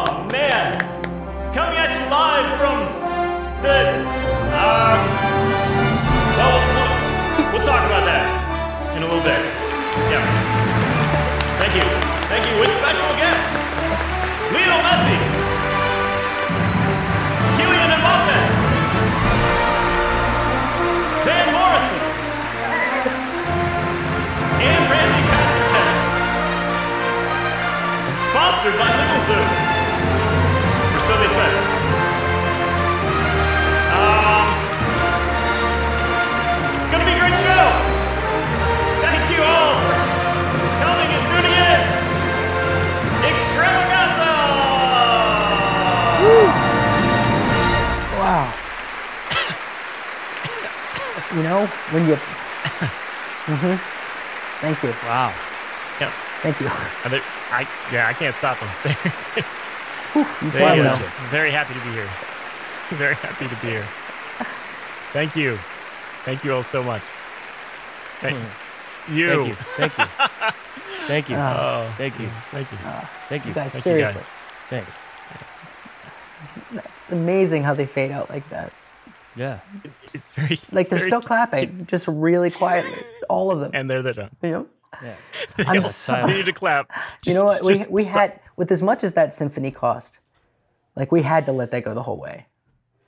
um, and Randy Cosmatech. Sponsored by Little Zoo. Or so they say. Um, it's going to be a great show. Thank you all for coming and tuning in. Extravaganza! Wow. you know, when you. hmm Thank you. Wow. Yeah. Thank you. And they- I, yeah, I can't stop them. You There probably you go. know. Very happy to be here. Very happy to be here. Thank you. Thank you all so much. Thank Thank you. you. Thank you. Thank you. Oh, Thank you. thank you. Thank you. You guys, Thank you. seriously. Thanks. It's amazing how they fade out like that. Yeah. It's very Like they're very- still clapping, just really quietly, all of them. and there they done. you know, Yeah. I'm all so, silent. Continue to clap. you know what? We Just- we just- had with as much as that symphony cost, like we had to let that go the whole way.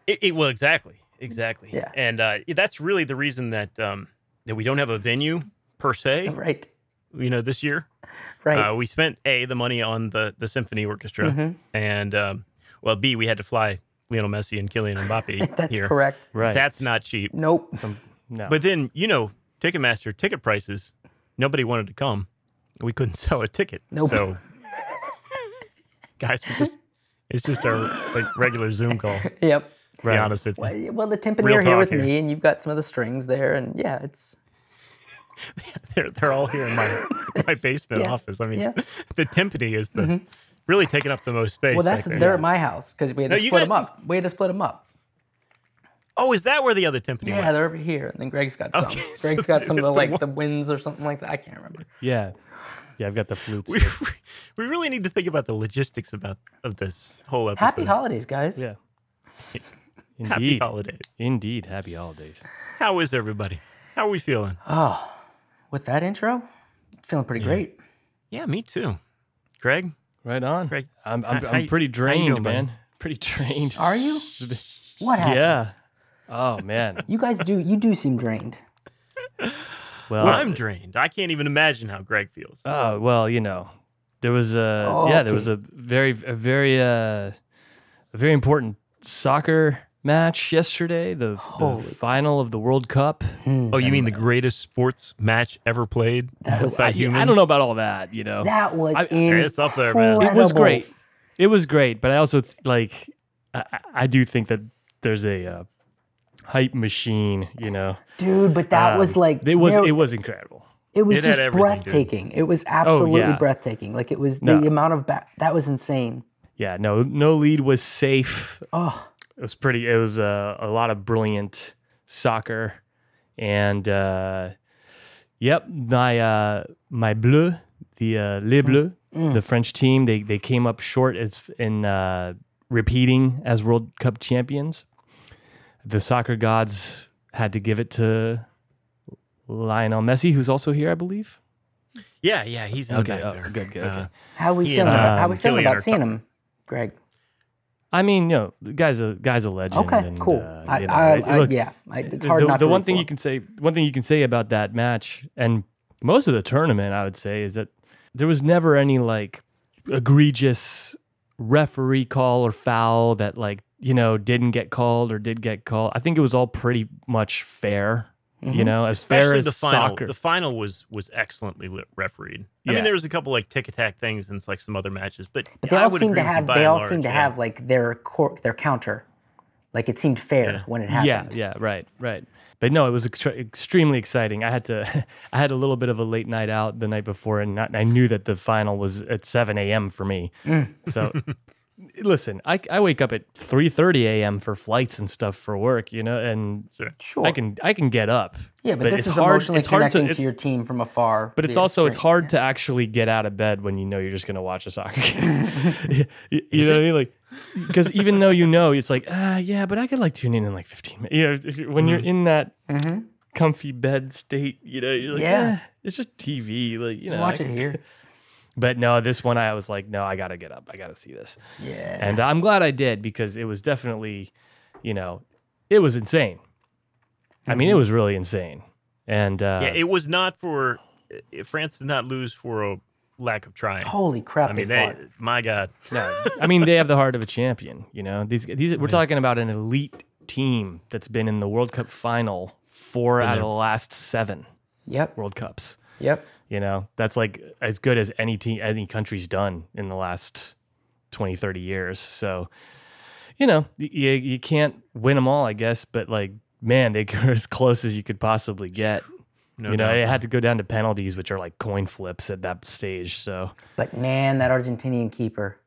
It, it- well, exactly, exactly. Yeah. And uh, that's really the reason that um, that we don't have a venue per se. Right, You know, this year right. Mm-hmm. Uh, we spent a the money on the the symphony orchestra, and um, well, b we had to fly Lionel Messi and Kylian Mbappe. That's here. correct. Right. That's not cheap. Nope. Um, no. But then you know, Ticketmaster ticket prices. Nobody wanted to come. We couldn't sell a ticket. Nope. So, guys, we just it's just our like regular Zoom call. To Yep. be Right. honest with you, Well, yeah, well, the timpani are here talk with here. me, and you've got some of the strings there, and yeah, it's they're they're all here in my my basement Yeah. office. I mean, Yeah. Mm-hmm. the timpani is the really taking up the most space. well, back that's there. they're at my house because we had to No, you split guys them up. We had to split them up. oh, is that where the other timpani? Yeah, went? they're over here, and then Greg's got some. Okay, Greg's so got some of the the like one- the winds or something like that. I can't remember. yeah. Yeah. I've got the flutes. we, here. we really need to think about the logistics about of this whole episode. Happy holidays, guys. Yeah. Indeed. Happy holidays. Indeed. Happy holidays. How is everybody? How are we feeling? Uh, With that intro, feeling pretty great. yeah, me too. Greg, Right on. Greg, I'm, how- I'm, how you- I'm pretty how you drained, doing, buddy? man. Pretty drained. Are you? What happened? Yeah. Oh, man. You guys do. You do seem drained. Well, I'm drained. I can't even imagine how Greg feels. Oh well, you know, there was a yeah, there was a very a very uh, a very important soccer match yesterday, the, the final of the World Cup. Mm. oh, you mean the greatest sports match ever played by humans? I don't know about all that, you know. That was incredible. it's up there, man. it was great. It was great, but I also th- like I, I- I do think that there's a uh, hype machine, you know. dude. But Um, that was like It was there- it was incredible. it was it had just everything, dude. Oh, breathtaking. It was absolutely yeah. breathtaking. Like it was the No. amount of ba- that was insane. Yeah, no no lead was safe. Oh, it was pretty it was uh, a lot of brilliant soccer and uh yep my uh my bleu the uh les bleus Mm. the french team they they came up short as in uh repeating as world cup champions the soccer gods had to give it to lionel messi who's also here i believe Yeah, yeah, he's in Okay, the back oh, there. good, good, okay. how we Yeah, feeling? about, how we um, feeling Killian about or seeing something. him, Greg? i mean you know the guy's a guy's a legend Okay, and, cool. uh, I, you know, I, it- I, look, yeah, I, it's the- hard the, not the to one root thing for you him. can say one thing you can say about that match and most of the tournament i would say is that there was never any like egregious referee call or foul that like you know didn't get called or did get called i think it was all pretty much fair Mm-hmm. you know as fair Especially as the final. soccer The final was was excellently lit, refereed. I Yeah. mean, there was a couple like tick attack things and like some other matches, but, But they I all would seem agree to with you have by they and all large, seem to yeah. have like their cor- their counter. Like it seemed fair when it yeah happened. yeah right right but no it was extre- extremely exciting i had to i had a little bit of a late night out the night before and not, i knew that the final was at 7 a.m for me Mm. so listen I, I wake up at 3.30 a.m for flights and stuff for work you know and Sure. Sure. i can i can get up yeah, but, this it's is hard- emotionally it's hard connecting to, it- your team from afar. but it's also it's hard to actually get out of bed when you know you're just going to watch a soccer game. you, you know what I mean? Like because even though you know it's like ah yeah, but I could like tune in in like 15 minutes. You know, if you when you're in that comfy bed state, you know, you're like Yeah. yeah, it's just TV. Like you know, watch I- it here. But no, this one I was like, no, I got to get up. I got to see this, Yeah. and uh, I'm glad I did because it was definitely, you know, it was insane. I mean, it was really insane, and uh, Yeah, it was not for if France did not lose for a lack of trying. Holy crap! I mean, they, they, fought. my God. No, I mean they have the heart of a champion. You know, these these we're talking about an elite team that's been in the World Cup final four out of the last seven Yep. World Cups. Yep. You know, that's like as good as any team any country's done in the last 20, 30 years. So, you know, y- you you can't win them all, I guess, but like man, they were as close as you could possibly get. No you know, doubt. it had to go down to penalties, which are like coin flips at that stage. So, But man, that Argentinian keeper.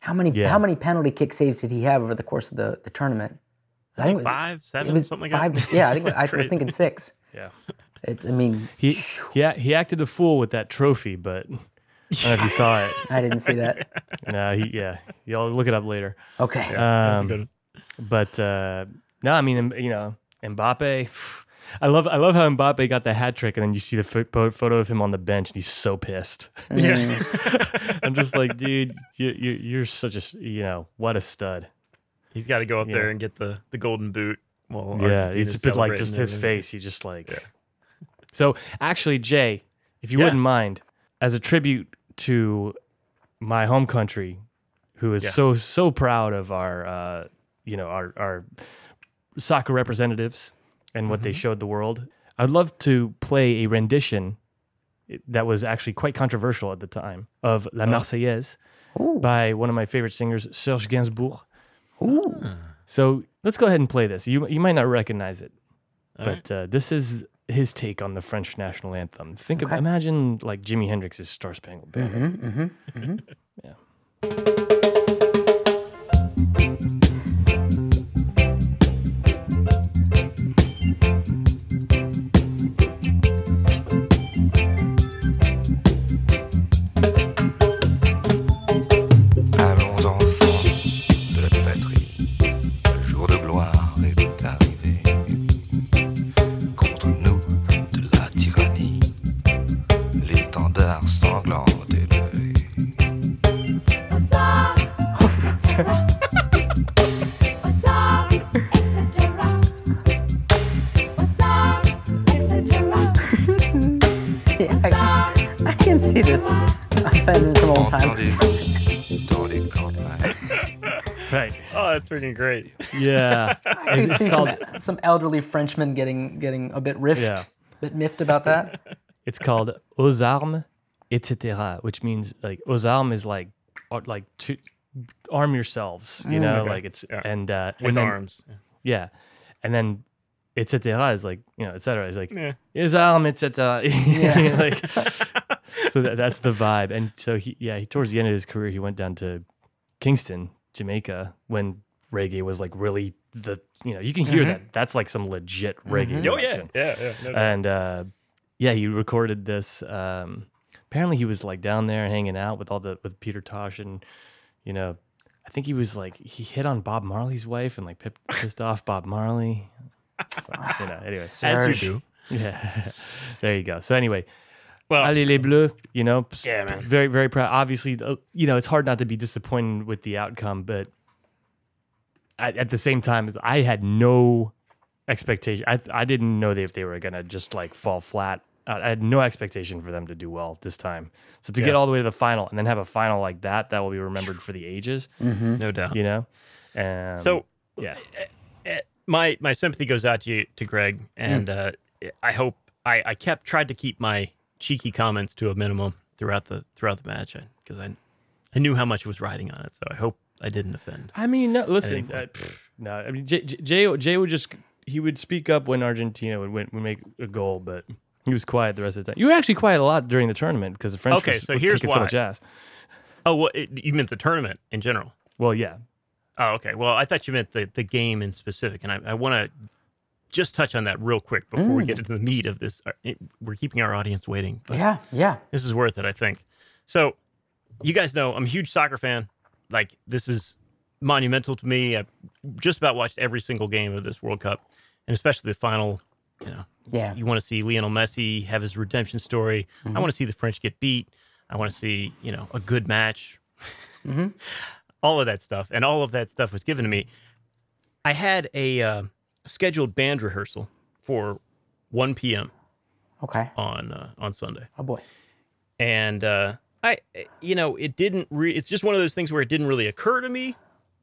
How many Yeah. how many penalty kick saves did he have over the course of the, the tournament? I think it was five, It seven, was something five. like to that. yeah, I think I was crazy. thinking six. yeah. It's, I mean, He yeah, he acted a fool with that trophy, but I don't know if you saw it. I didn't see that. No, he yeah. Y'all look it up later. Okay. That's a Um, good one. But uh, no, I mean, you know, Mbappe. I love I love how Mbappe got the hat trick, and then you see the pho- pho- photo of him on the bench, and he's so pissed. Yeah. I'm just like, dude, you, you, you're such a s- you know what a stud. He's got to go up there Yeah. and get the, the golden boot. Well, yeah, it's a bit like just his face. He just like. So actually, Jay, if you Yeah. wouldn't mind, as a tribute to my home country, who is Yeah. so so proud of our uh, you know our our soccer representatives and what they Mm-hmm. showed the world, I'd love to play a rendition that was actually quite controversial at the time of Oh. La Marseillaise by one of my favorite singers, Serge Gainsbourg. Ah. So let's go ahead and play this. You you might not recognize it, but uh, this is his take on the French national anthem. Think of imagine like Jimi Hendrix's Star Spangled Banner. Allons enfants de la patrie, le jour de gloire est arrivé. Contre nous de la tyrannie, l'étendard sanglant est levé. I, I can see this offending some old timers. Entendez-vous dans les campagnes Right? Oh, that's freaking great. Yeah. I could It's see called- some, some elderly Frenchmen getting getting a bit riffed, Yeah. bit miffed about that. It's called aux armes, etc., which means like aux armes is like ar- like to arm yourselves. You know, like it's Yeah. and uh, and With then- arms. Yeah, and then etc. is like you know etc. is like Yeah. his arm etc. Yeah. uh, like so that, that's the vibe. And so he yeah he, towards the end of his career he went down to Kingston, Jamaica when reggae was like really the you know you can hear that that's like some legit reggae. Oh, yeah. production. Yeah. yeah no doubt. And uh, yeah, he recorded this. Um, apparently, he was like down there hanging out with all the with Peter Tosh, and you know, I think he was like he hit on Bob Marley's wife and like pip- pissed off Bob Marley. you know, anyway, As Serge. you do. yeah, there you go. So anyway, Well, Allez les Bleus, you know, p- Oh. Yeah, man. very very proud. Obviously, uh, you know, it's hard not to be disappointed with the outcome, but at, at the same time, it's- I had no expectation. I I didn't know they, if they were gonna just like fall flat. I I had no expectation for them to do well this time. So to get all the way to the final and then have a final like that, that will be remembered for the ages, no doubt. you know. Um, Mm-hmm. So yeah, my my sympathy goes out to you, to Greg, Hmm. and uh, I hope I, I kept tried to keep my cheeky comments to a minimum throughout the throughout the match because I I knew how much was riding on it, so I hope I didn't offend. I mean, no, listen, think- uh, pff, no, I mean, Jay, Jay, Jay would just he would speak up when Argentina would, win, would make a goal, but he was quiet the rest of the time. You were actually quiet a lot during the tournament because the French Okay, was- so were here's kicking so why. much ass. Oh, well, it, you meant the tournament in general. Well, yeah, Oh, okay. Well, I thought you meant the the game in specific, and I, I want to just touch on that real quick before we get into the meat of this. Uh, it- We're keeping our audience waiting. but- Yeah, yeah. this is worth it, I think. So, you guys know I'm a huge soccer fan. Like, this is monumental to me. I've just about watched every single game of this World Cup, and especially the final. You know, Yeah. you want to see Lionel Messi have his redemption story. I want to see the French get beat. I want to see, you know, a good match. all of that stuff. And all of that stuff was given to me. I had a uh, scheduled band rehearsal for 1 p.m. Okay. on uh, on Sunday. Oh boy. and uh, I, you know, it didn't. Re- it's just one of those things where it didn't really occur to me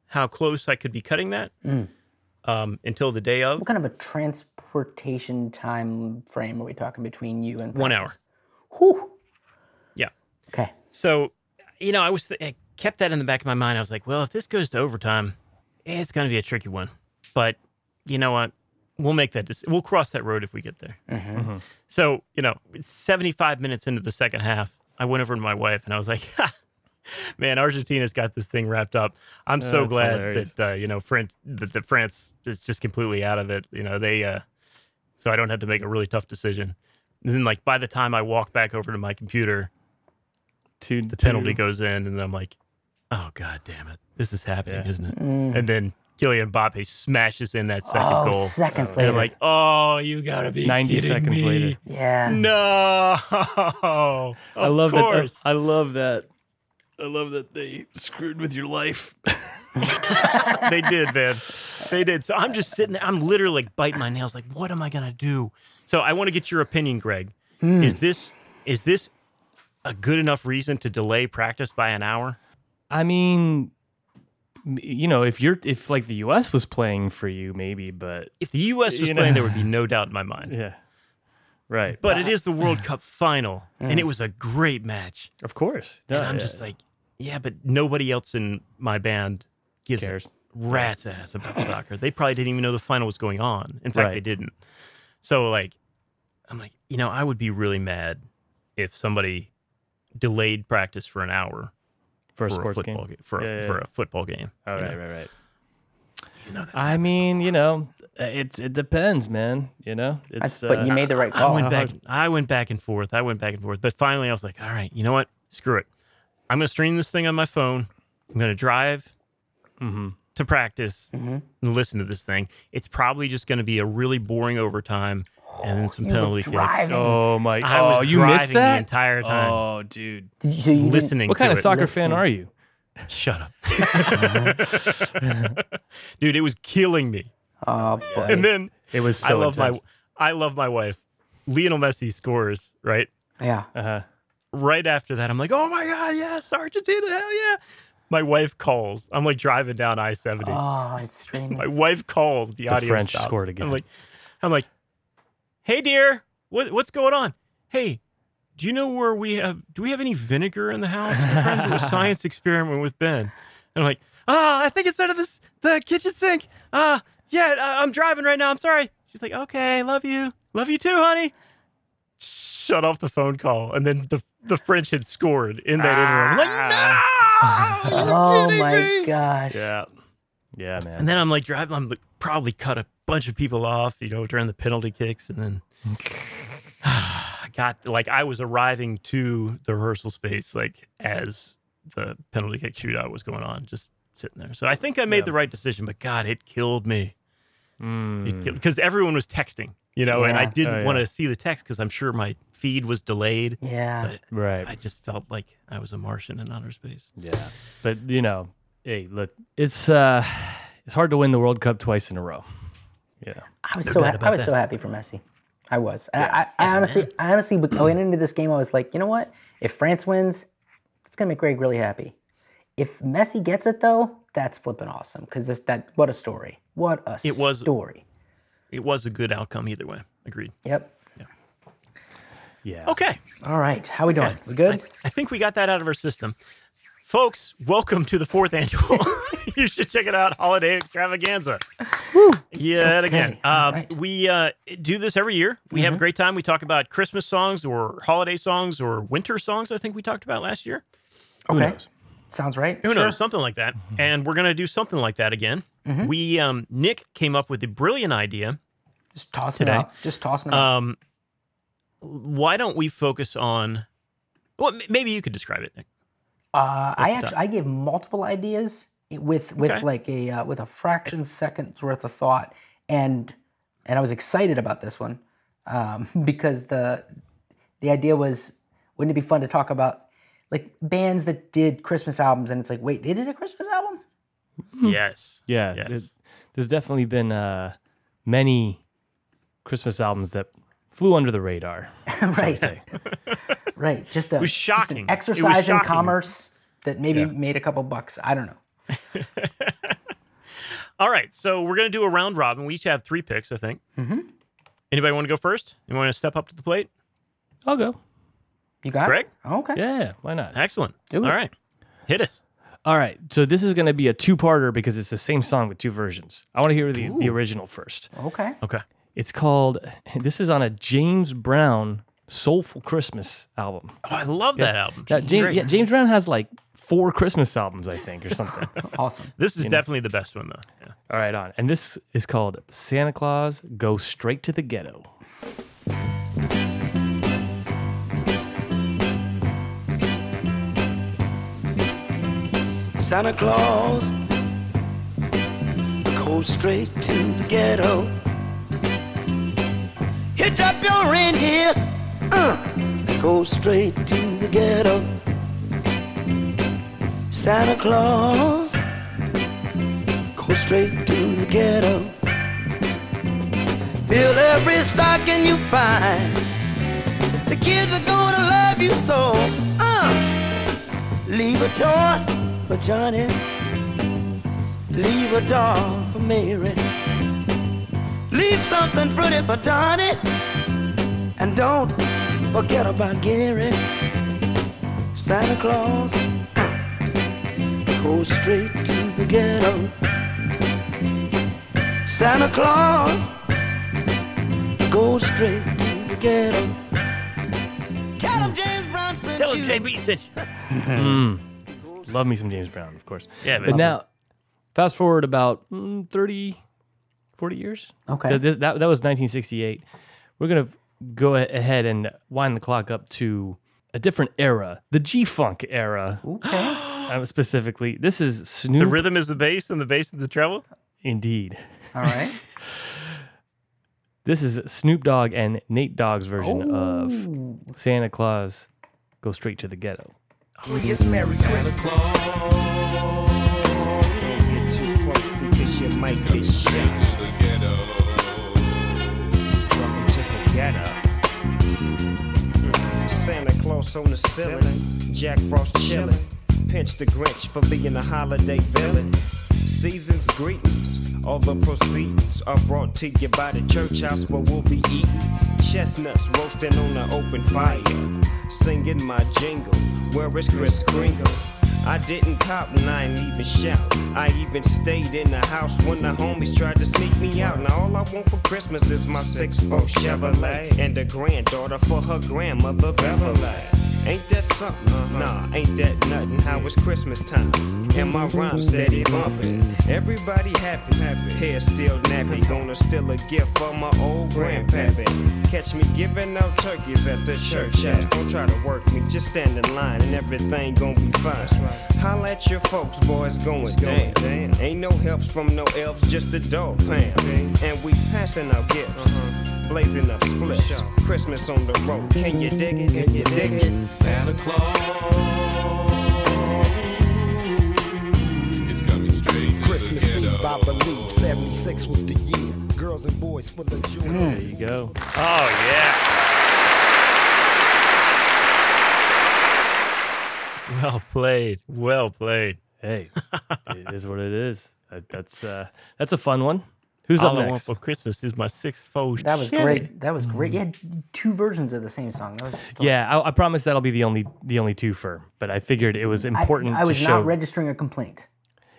how close I could be cutting that um, until the day of What kind of a transportation time frame are we talking between you and one hour. practice? Whew. Yeah. Okay. So, you know, I was th- I kept that in the back of my mind. I was like, well, if this goes to overtime, eh, it's going to be a tricky one. But you know what? We'll make that. Dec- we'll cross that road if we get there. Mm-hmm. So, you know, it's 75 minutes into the second half. I went over to my wife and I was like, ha, man, Argentina's got this thing wrapped up. I'm so that's glad hilarious. that, uh, you know, France, that, that France is just completely out of it. You know, they, uh, so I don't have to make a really tough decision. And then, like, by the time I walk back over to my computer, Two, the penalty goes in, and I'm like, oh god damn it, this is happening, isn't it? And then Kylian Mbappe smashes in that second Oh, goal. seconds and later. I'm like, oh, you gotta be 90 kidding seconds me. later. yeah. No, I love course. that. uh, I love that. I love that they screwed with your life. they did, man. They did. So I'm just sitting there. I'm literally like biting my nails. Like, what am I gonna do? So I want to get your opinion, Greg. Is this is this a good enough reason to delay practice by an hour? I mean, m- you know, if you're if like the U.S. was playing for you, maybe, but If the U.S. was You know- playing, there would be no doubt in my mind. yeah, right. But it is the World Cup final, and it was a great match. of course, No, And I'm Mm. Oh, yeah. just like, yeah, but nobody else in my band gives a Cares. rat's ass about soccer. They probably didn't even know the final was going on. In fact, they Right. didn't. So like, I'm like, you know, I would be really mad if somebody delayed practice for an hour for a for sports game. football game, for, Yeah, a, yeah, for yeah. a football game. Oh, you right, know? right, right. You know, that's- I mean, you know, uh, it's it depends, man. You know, That's, it's but you uh, made the right I call. went back. I went back and forth. I went back and forth. But finally, I was like, all right, you know what? Screw it. I'm gonna stream this thing on my phone. I'm gonna drive mhm. to practice Mm-hmm. and listen to this thing. It's probably just gonna be a really boring overtime and then some you were penalty kicks. driving. Oh my! I oh, was you missed driving that the entire time. Oh, dude, Did you, so you didn't- listening. what kind to of it. soccer Listening. fan are you? Shut up, dude. It was killing me. Oh, buddy. And then It was I so. love intense. my I love my wife. Lionel Messi scores right. yeah. Uh-huh. right after that, I'm like, oh my God, yes, Argentina, hell yeah. My wife calls. I'm like driving down I 70. Oh, it's streaming. my wife calls. The, audio French stops. scored again. I'm like, I'm like, hey, dear, what, what's going on? Hey, do you know where we have, do we have any vinegar in the house? I'm trying to do a science experiment with Ben. And I'm like, ah, I think it's out of this, the kitchen sink. Ah, yeah, I, I'm driving right now. I'm sorry. She's like, okay, love you. Love you too, honey shut off the phone call, and then the the French had scored in that interim. I'm like, no, Oh You're kidding my me!" gosh. Yeah, yeah, man. And then I'm like driving. I'm like, probably cut a bunch of people off, you know, during the penalty kicks, and then I got like I was arriving to the rehearsal space like as the penalty kick shootout was going on, just sitting there. So I think I made Yeah. the right decision, but God, it killed me Mm. because everyone was texting, you know, and I Yeah. didn't Oh, want yeah. to see the text because I'm sure my feed was delayed. Yeah. But Right. I just felt like I was a Martian in outer space. Yeah. But you know, hey, look, it's uh it's hard to win the World Cup twice in a row. Yeah. I was so doubt ha- I about was so happy for Messi. I was. And I, I, I honestly, I honestly, but going into this game, I was like, you know what? If France wins, it's gonna make Greg really happy. If Messi gets it though, that's flipping awesome. Because this that what a story. What a It was- story. It was a good outcome either way. Agreed. Yep. Yeah. Okay. All right. How we doing? We good? I think we got that out of our system. Folks, welcome to the fourth annual. you should check it out, Holiday Extravaganza. Yeah, and again. Okay, all Uh, right. We uh, do this every year. We have a great time. We talk about Christmas songs or holiday songs or winter songs, I think we talked about last year. okay. Sounds right. Who knows? Something like that. And we're going to do something like that again. We, um, Nick came up with the brilliant idea Just tossing Today. it out. Just tossing it out. Um, why don't we focus on? Well, m- maybe you could describe it. Nick. Uh, I actually I gave multiple ideas with with Okay. like a uh, with a fraction seconds worth of thought, and and I was excited about this one um, because the the idea was wouldn't it be fun to talk about like bands that did Christmas albums and it's like wait they did a Christmas album Yes. Yeah. Yes. it- there's definitely been uh many Christmas albums that flew under the radar. right, right. Just a was just shocking. It an was exercise in shocking. commerce that maybe Yeah. made a couple bucks. I don't know. All right, so we're gonna do a round robin. We each have three picks, I think. Mm-hmm. Anybody want to go first? You want to step up to the plate? I'll go. You got Greg? it. Okay. Yeah, why not? Excellent. Do it. All right, hit us. All right, so this is going to be a two-parter because it's the same song with two versions. I want to hear the, the original first. Okay. Okay. It's called. This is on a James Brown Soulful Christmas album. Oh, I love that album. Now, James, Great. yeah, James Brown has like four Christmas albums, I think, or something. Awesome. This is definitely the best one though. Yeah. All right, on. And this is called Santa Claus Go Straight to the Ghetto. Santa Claus Go straight to the ghetto Hitch up your reindeer uh, and Go straight to the ghetto Santa Claus Go straight to the ghetto Fill every stocking you find The kids are gonna love you so uh, Leave a toy for Johnny. Leave a doll for Mary. Leave something pretty for Donnie. And don't forget about Gary. Santa Claus goes straight to the ghetto. Santa Claus goes straight to the ghetto. Tell him James Brown sent Tell him you. JB sent you. Love me some James Brown, of course. Yeah, But man. now, fast forward about mm, 30, 40 years. Okay. Th- this- that, that was 1968. We're going to go a- ahead and wind the clock up to a different era, the G Funk era. Okay. Uh, specifically, this is Snoop. The rhythm is the bass, and the bass is the treble. Indeed. All right. This is Snoop Dogg and Nate Dogg's version of Santa Claus Go Straight to the Ghetto. It's Merry Christmas. Don't get too close because you might get shot. Welcome to the Oh, ghetto. Mm. Santa Claus on the ceiling, Jack Frost chilling. Pinch the Grinch for being a holiday villain. Season's greetings, all the proceeds are brought to you by the church house where we'll be eating chestnuts roasting on the open fire. Singing my jingle, where is Chris Kringle? I didn't cop and I ain't even shout. I even stayed in the house when the homies tried to sneak me out. Now all I want for Christmas is my six four Chevrolet and a granddaughter for her grandmother Beverly. Ain't that something? Nah, ain't that nothing? How it's Christmas time Mm-hmm. and my rhymes steady bumping. Everybody happy, happy. Hair still nappy. Gonna steal a gift for my old grandpappy. Catch me giving out turkeys at the church house. Don't try to work me, just stand in line and everything gonna be fine. Holla at your folks, boys, going down. Ain't no helps from no elves, just the dog pound. And we passing out gifts, blazing up splits. Christmas on the road, can you dig it? Can you dig it? Santa Claus is coming straight to Christmas the ghetto. Eve, I believe. 76 was the year. Girls and boys full of joy. There you go. Oh yeah. Well played. Well played. Hey, it is what it is. That- That's uh, that's a fun one. Who's up All I want next? for Christmas is my six foes. That was great. That was Mm. great. You had two versions of the same song. That was Yeah, I, I promise that'll be the only the only two for. But I figured it was important I, I was to show. not registering a complaint.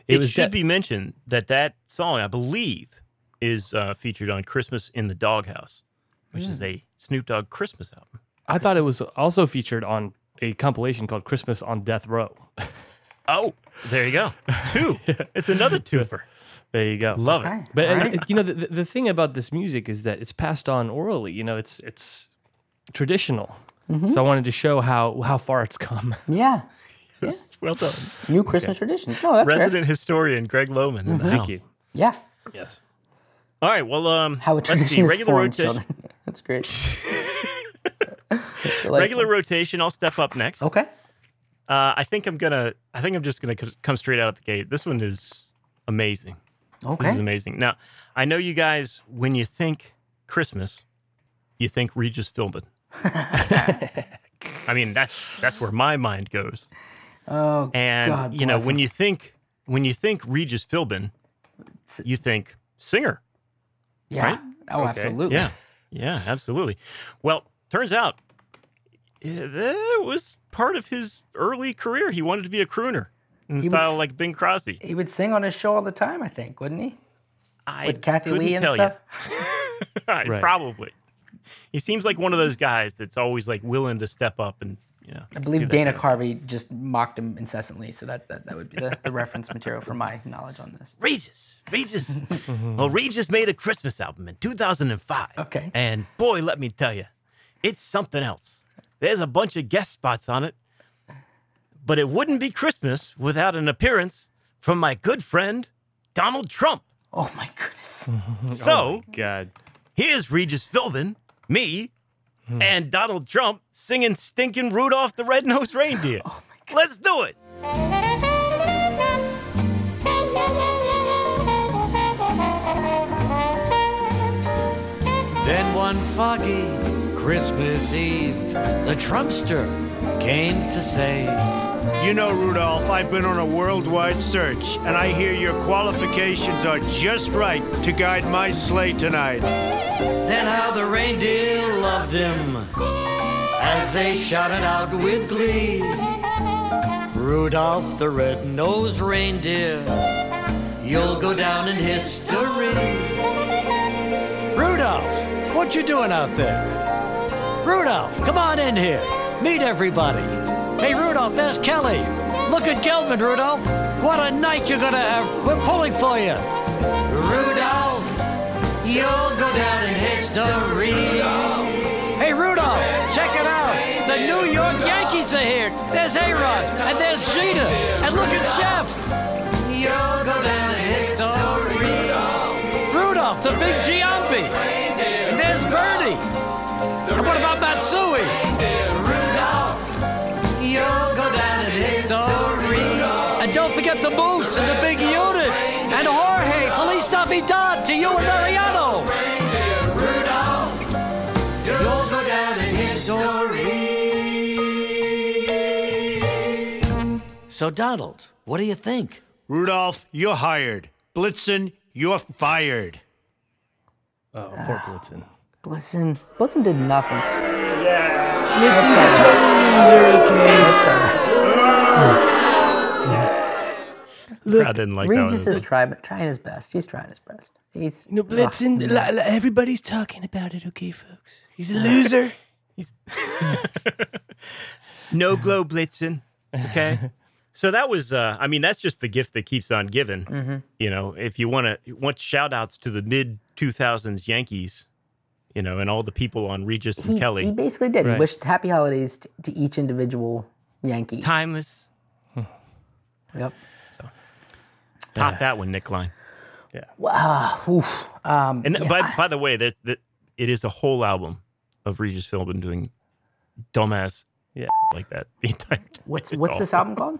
It, was should de- be mentioned that that song, I believe, is uh, featured on Christmas in the Doghouse, which is a Snoop Dogg Christmas album. I thought it was also featured on a compilation called Christmas on Death Row. Oh, there you go. Two. it's another twofer. there you go. Love Okay. it. But All and, right. it- you know the, the the thing about this music is that it's passed on orally. You know, it's it's traditional. So I wanted to show how how far it's come. Yeah. Well done. New Christmas traditions. No, that's fair. Resident historian Greg Lohman. In the Mm-hmm. house. Thank you. Yeah. Yes. All right. Well, um, How a let's see. tradition is Regular formed, rotation. children. That's great. Regular rotation. I'll step up next. Okay. Uh, I think I'm gonna. I think I'm just gonna c- come straight out of the gate. This one is amazing. This is Okay. amazing. Now, I know you guys. When you think Christmas, you think Regis Philbin. I mean, that's that's where my mind goes. Oh, and God you know bless when him. you think when you think Regis Philbin, you think singer. Yeah. Right? Oh, absolutely. Yeah, yeah, absolutely. Well, turns out eh, that was part of his early career. He wanted to be a crooner, in the would style s- like Bing Crosby. He would sing on his show all the time, I think, wouldn't he? I With Kathy couldn't Lee and tell you. stuff. Right, Right. Probably. He seems like one of those guys that's always like willing to step up and you know. I believe Dana Carvey just mocked him incessantly, so that that, that would be the, the reference material for my knowledge on this. Regis, Regis. well, Regis made a Christmas album in 2005. Okay. And boy, let me tell you, it's something else. There's a bunch of guest spots on it, but it wouldn't be Christmas without an appearance from my good friend Donald Trump. Oh my goodness! So God. here's Regis Philbin, me, Hmm. and Donald Trump singing "Stinking Rudolph the Red-Nosed Reindeer." Oh Let's do it. Then one foggy Christmas Eve, the Trumpster came to say, You know, Rudolph, I've been on a worldwide search, and I hear your qualifications are just right to guide my sleigh tonight. Then how the reindeer loved him as they shouted out with glee. Rudolph the red-nosed reindeer, you'll go down in history. Rudolph, what you doing out there? Rudolph, come on in here. Meet everybody. Hey, Rudolph, there's Kelly. Look at Gelman, Rudolph. What a night you're gonna have. We're pulling for you. Rudolph, You'll go down in history. Hey, Rudolph, check it out. The New York Yankees are here. There's A-Rod, and there's Jeter, and look at Chef. You'll go down in history. Rudolph, the big Giambi. And there's Bernie. And what about Matsui? Rudolph, you'll go down in history. And don't forget the Moose and the big unit. And Jorge, Feliz Navidad to you and Mariano. Rudolph, you'll go down in history. So, Donald, what do you think? Rudolph, you're hired. Blitzen, you're fired. Oh, poor Blitzen. Blitzen, Blitzen did nothing. Blitzen's a total loser, okay? That's all right. I didn't like that. Regis one. is trying, trying his best. He's trying his best. He's No, Blitzen, Ugh. li- li- everybody's talking about it, okay, folks? He's a loser. No glow blitzen. Okay. so that was uh I mean that's just the gift that keeps on giving. Mm-hmm. You know, if you want to want shout outs to the mid 2000s Yankees, you know, and all the people on Regis and he, Kelly. he basically did. He Right. wished happy holidays to, to each individual Yankee. Timeless. Yep. Top that one, Nick Klein. Wow. Oof. Um, And by by the way, there's that it is a whole album of Regis Philbin doing dumbass Yeah. like that the entire time. what's it's what's this awful. album called?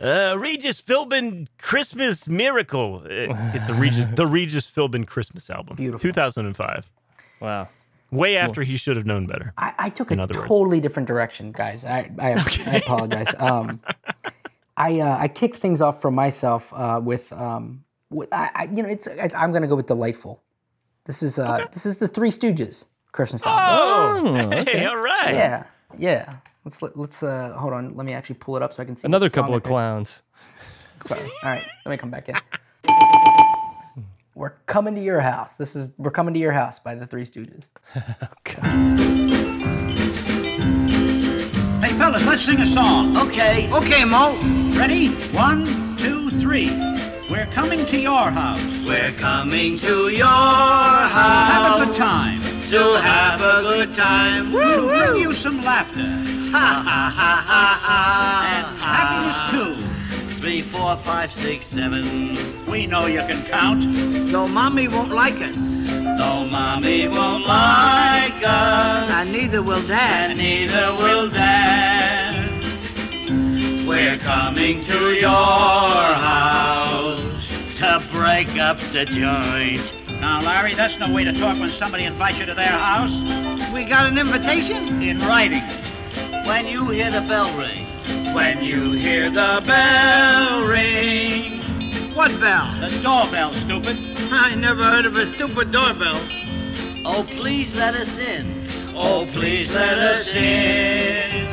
Uh, Regis Philbin Christmas Miracle. It- it's a Regis the Regis Philbin Christmas album. Beautiful. 2005. Wow. Way after he should have known better. I, I took a other words. totally different direction, guys. I I, I apologize. Um, I uh, I kicked things off for myself uh, with um with I, I you know it's, it's I'm gonna go with delightful. This is uh this is the Three Stooges Christmas album. Oh, hey, all right. Yeah, yeah. Let's let, let's uh hold on. Let me actually pull it up so I can see what Another song couple I of picked. clowns. Sorry. All right. Let me come back in. We're coming to your house. This is We're Coming to Your House by the Three Stooges. Hey, fellas, let's sing a song. Okay. Okay, Mo. Ready? One, two, three. We're coming to your house. We're coming to your house Have a good time. to have a good time. It'll bring you some laughter and happiness, too. Three, four, five, six, seven. We know you can count. Though mommy won't like us. Though mommy won't like us. And neither will dad. And neither will dad. We're coming to your house to break up the joint. Now, Larry, that's no way to talk when somebody invites you to their house. We got an invitation? In writing. When you hear the bell ring. When you hear the bell ring. What bell? The doorbell, stupid. I never heard of a stupid doorbell. Oh, please let us in. Oh, please let us in.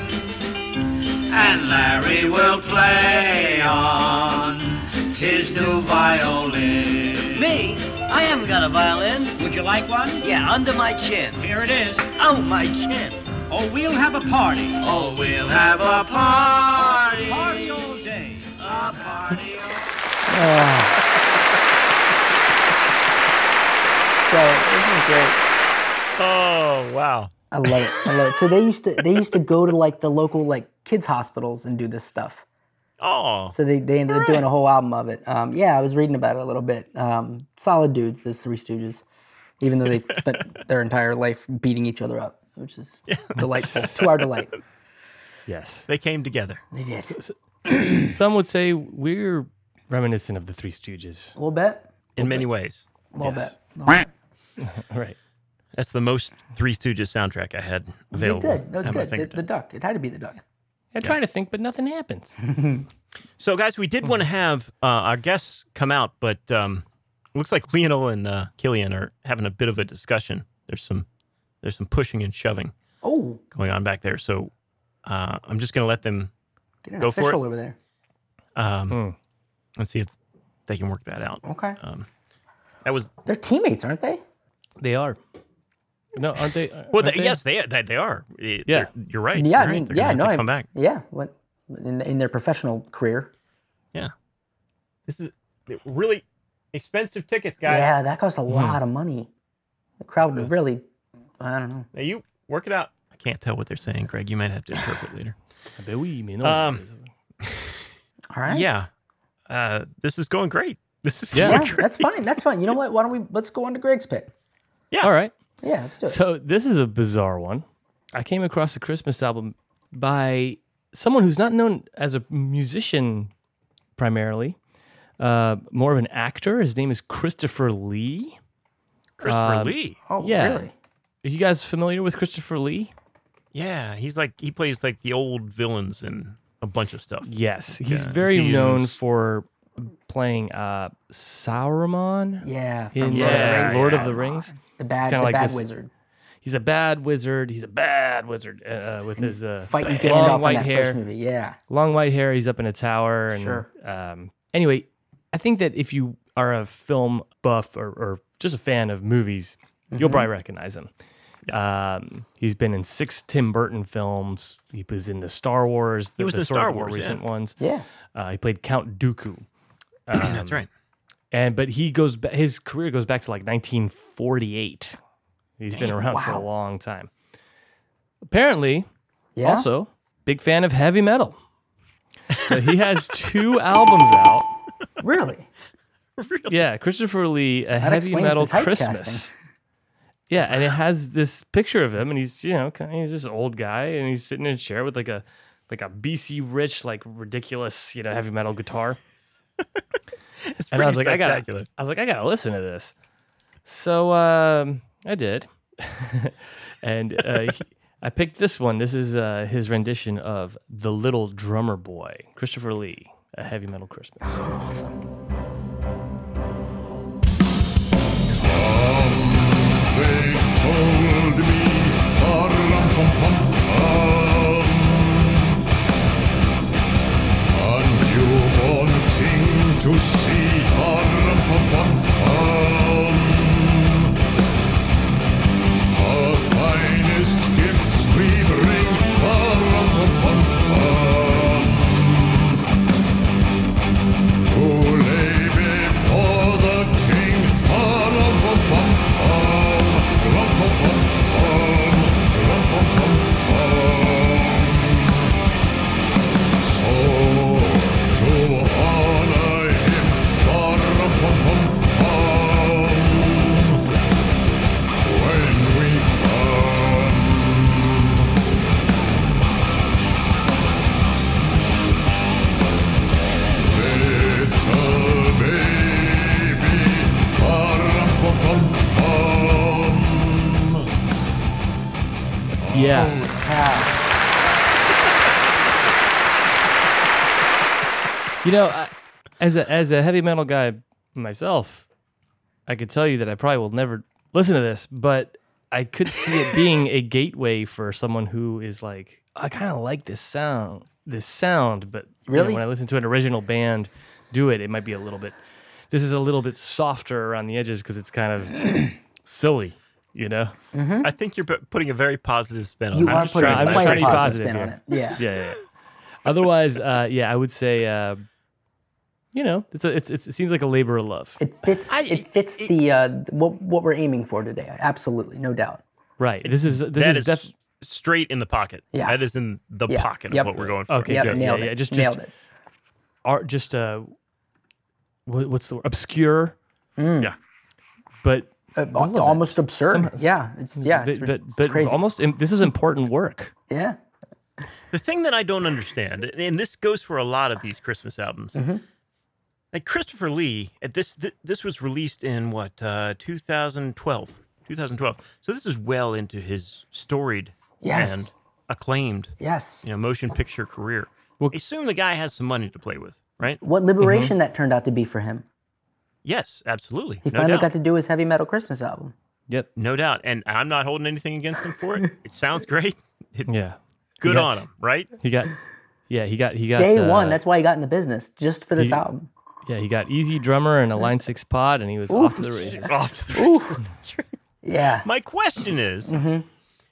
And Larry will play on his new violin. Me? I haven't got a violin. Would you like one? Yeah, under my chin. Here it is. Oh, my chin. Oh, we'll have a party. Oh, we'll have a party. A party all day. A party So this is great. Oh wow. I love it. I love it. So they used to they used to go to like the local like kids hospitals and do this stuff. Oh, So they, they ended up doing a whole album of it. Um, yeah, I was reading about it a little bit. Um, solid dudes, those Three Stooges, even though they spent their entire life beating each other up, which is delightful to our delight. Yes. they came together. They did a Some would say we're reminiscent of the Three Stooges. little bit, in many ways. a little Yes. bit. Right. That's the most Three Stooges soundtrack I had You're available. good. That was at my good. The, fingertips. the duck. It had to be the duck. I try to think, but nothing happens. So, guys, we did want to have uh, our guests come out, but um, it looks like Lionel and uh, Killian are having a bit of a discussion. There's some there's some pushing and shoving Oh, going on back there. So, uh, I'm just going to let them get an Go for it. official over there. um, Hmm. and see if they can work that out. Okay. That was They're teammates, aren't they? They are. No, aren't they? well. aren't they- they? yes, they they, they are. They're- Yeah. you're right. Yeah, you're I right. mean, They're gonna yeah, have no, to I come back. Yeah, what in, in their professional career? Yeah, this is really expensive tickets, guys. yeah, that cost a Hmm. lot of money. The crowd would really, I don't know. Now you work it out. I can't tell what they're saying, Greg. You might have to interpret later. I bet we, you know. Um, All right. Yeah. Uh, this is going great. This is Yeah. going Yeah, great. that's fine. That's fine. You know what? Why don't we let's go on to Greg's pick? All right. Yeah, let's do it. So this is a bizarre one. I came across a Christmas album by someone who's not known as a musician primarily, uh, more of an actor. His name is Christopher Lee. Christopher Lee. oh, yeah. really? Are you guys familiar with Christopher Lee? Yeah, he's like he plays like the old villains and a bunch of stuff. Yes, he's Yeah, very he known is. for playing uh, Sauron Yeah, in from Lord of the uh, Rings. Lord of the Rings. the bad, kinda the like bad this- wizard He's a bad wizard. He's a bad wizard uh, with his uh, fighting long Gandalf in white that hair. first movie. Yeah, long white hair. He's up in a tower. And, Sure. Um, anyway, I think that if you are a film buff or, or just a fan of movies, Mm-hmm. you'll probably recognize him. Um, he's been in six Tim Burton films. He was in the Star Wars. He was in Star Wars, yeah. recent ones. yeah. Uh, he played Count Dooku, That's right. and but he goes. Ba- his career goes back to like 1948. He's been around for a wow. long time. Apparently, Yeah. also, big fan of heavy metal. So he has two albums out. really? Yeah, Christopher Lee, a heavy explains metal the typecasting. Christmas. Yeah, and it has this picture of him, and he's you know kind of, he's this old guy, and he's sitting in a chair with like a like a BC Rich like ridiculous you know heavy metal guitar. And It's I pretty was like, I got, spectacular. to I was like, I gotta listen to this. So um, I did, and uh, he- I picked this one. This is uh, his rendition of "The Little Drummer Boy," Christopher Lee, a heavy metal Christmas. They told me, "Arram-pom-pom-pom." A newborn king to see, Arram-pom-pom-pom. Our finest gifts we bring, Arram-pom-pom-pom. To lay before the king, Arram-pom-pom-pom. Rum-pum-pum-pum, rum-pum-pum-pum. Yeah. You know, I, as a as a heavy metal guy myself, I could tell you that I probably will never listen to this, but I could see it being a gateway for someone who is like, I kind of like this sound, this sound, but you know, Really? when I listen to an original band do it, it might be a little bit. This is a little bit softer around the edges because it's kind of silly, you know. I think you're pu- putting a very positive spin on You it. I'm are just putting trying- a I'm quite trying to be positive positive. spin on here. it. Yeah. yeah, yeah. Otherwise, uh, yeah, I would say, uh, you know, it's a, it's, it's it seems like a labor of love, It fits. I- it fits the uh, what what we're aiming for today. Absolutely, no doubt. right? This is this That is is def- s- straight in the pocket. Yeah. That is in the Yeah. pocket Yep. of what we're going for. Okay, Yep, good. Yeah, nailed yeah, it. just- just- nailed it. art just uh what, what's the word? obscure Mm. Yeah. but Uh, al- relevant. almost absurd. Somehow- yeah, it's yeah, it's, but, but, it's but crazy. almost im- this is important work yeah, The thing that I don't understand, and this goes for a lot of these Christmas albums, like Christopher Lee at this th- this was released in what uh, 2012, 2012. So this is well into his storied Yes. and acclaimed yes. you know motion picture career. Well- Assume the guy has some money to play with, right? What liberation that turned out to be for him. Yes, absolutely. He no finally doubt. got to do his heavy metal Christmas album. yep no doubt. And I'm not holding anything against him for it. It sounds great. It, yeah Good Yeah. on him, right? he got yeah he got he got Day uh, one. That's why he got in the business just for this he- album. yeah he got easy drummer and a line six pod and he was off to the races He's off to the races. That's right. Yeah. My question is,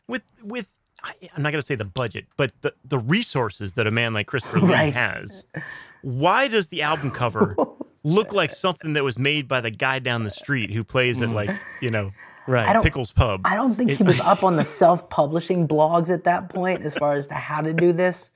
with with I, I'm not going to say the budget, but the the resources that a man like Christopher Lee Right. has, why does the album cover look like something that was made by the guy down the street who plays at like you know right don't- Pickles Pub? I don't think he was up on the self-publishing blogs at that point, as far as to how to do this.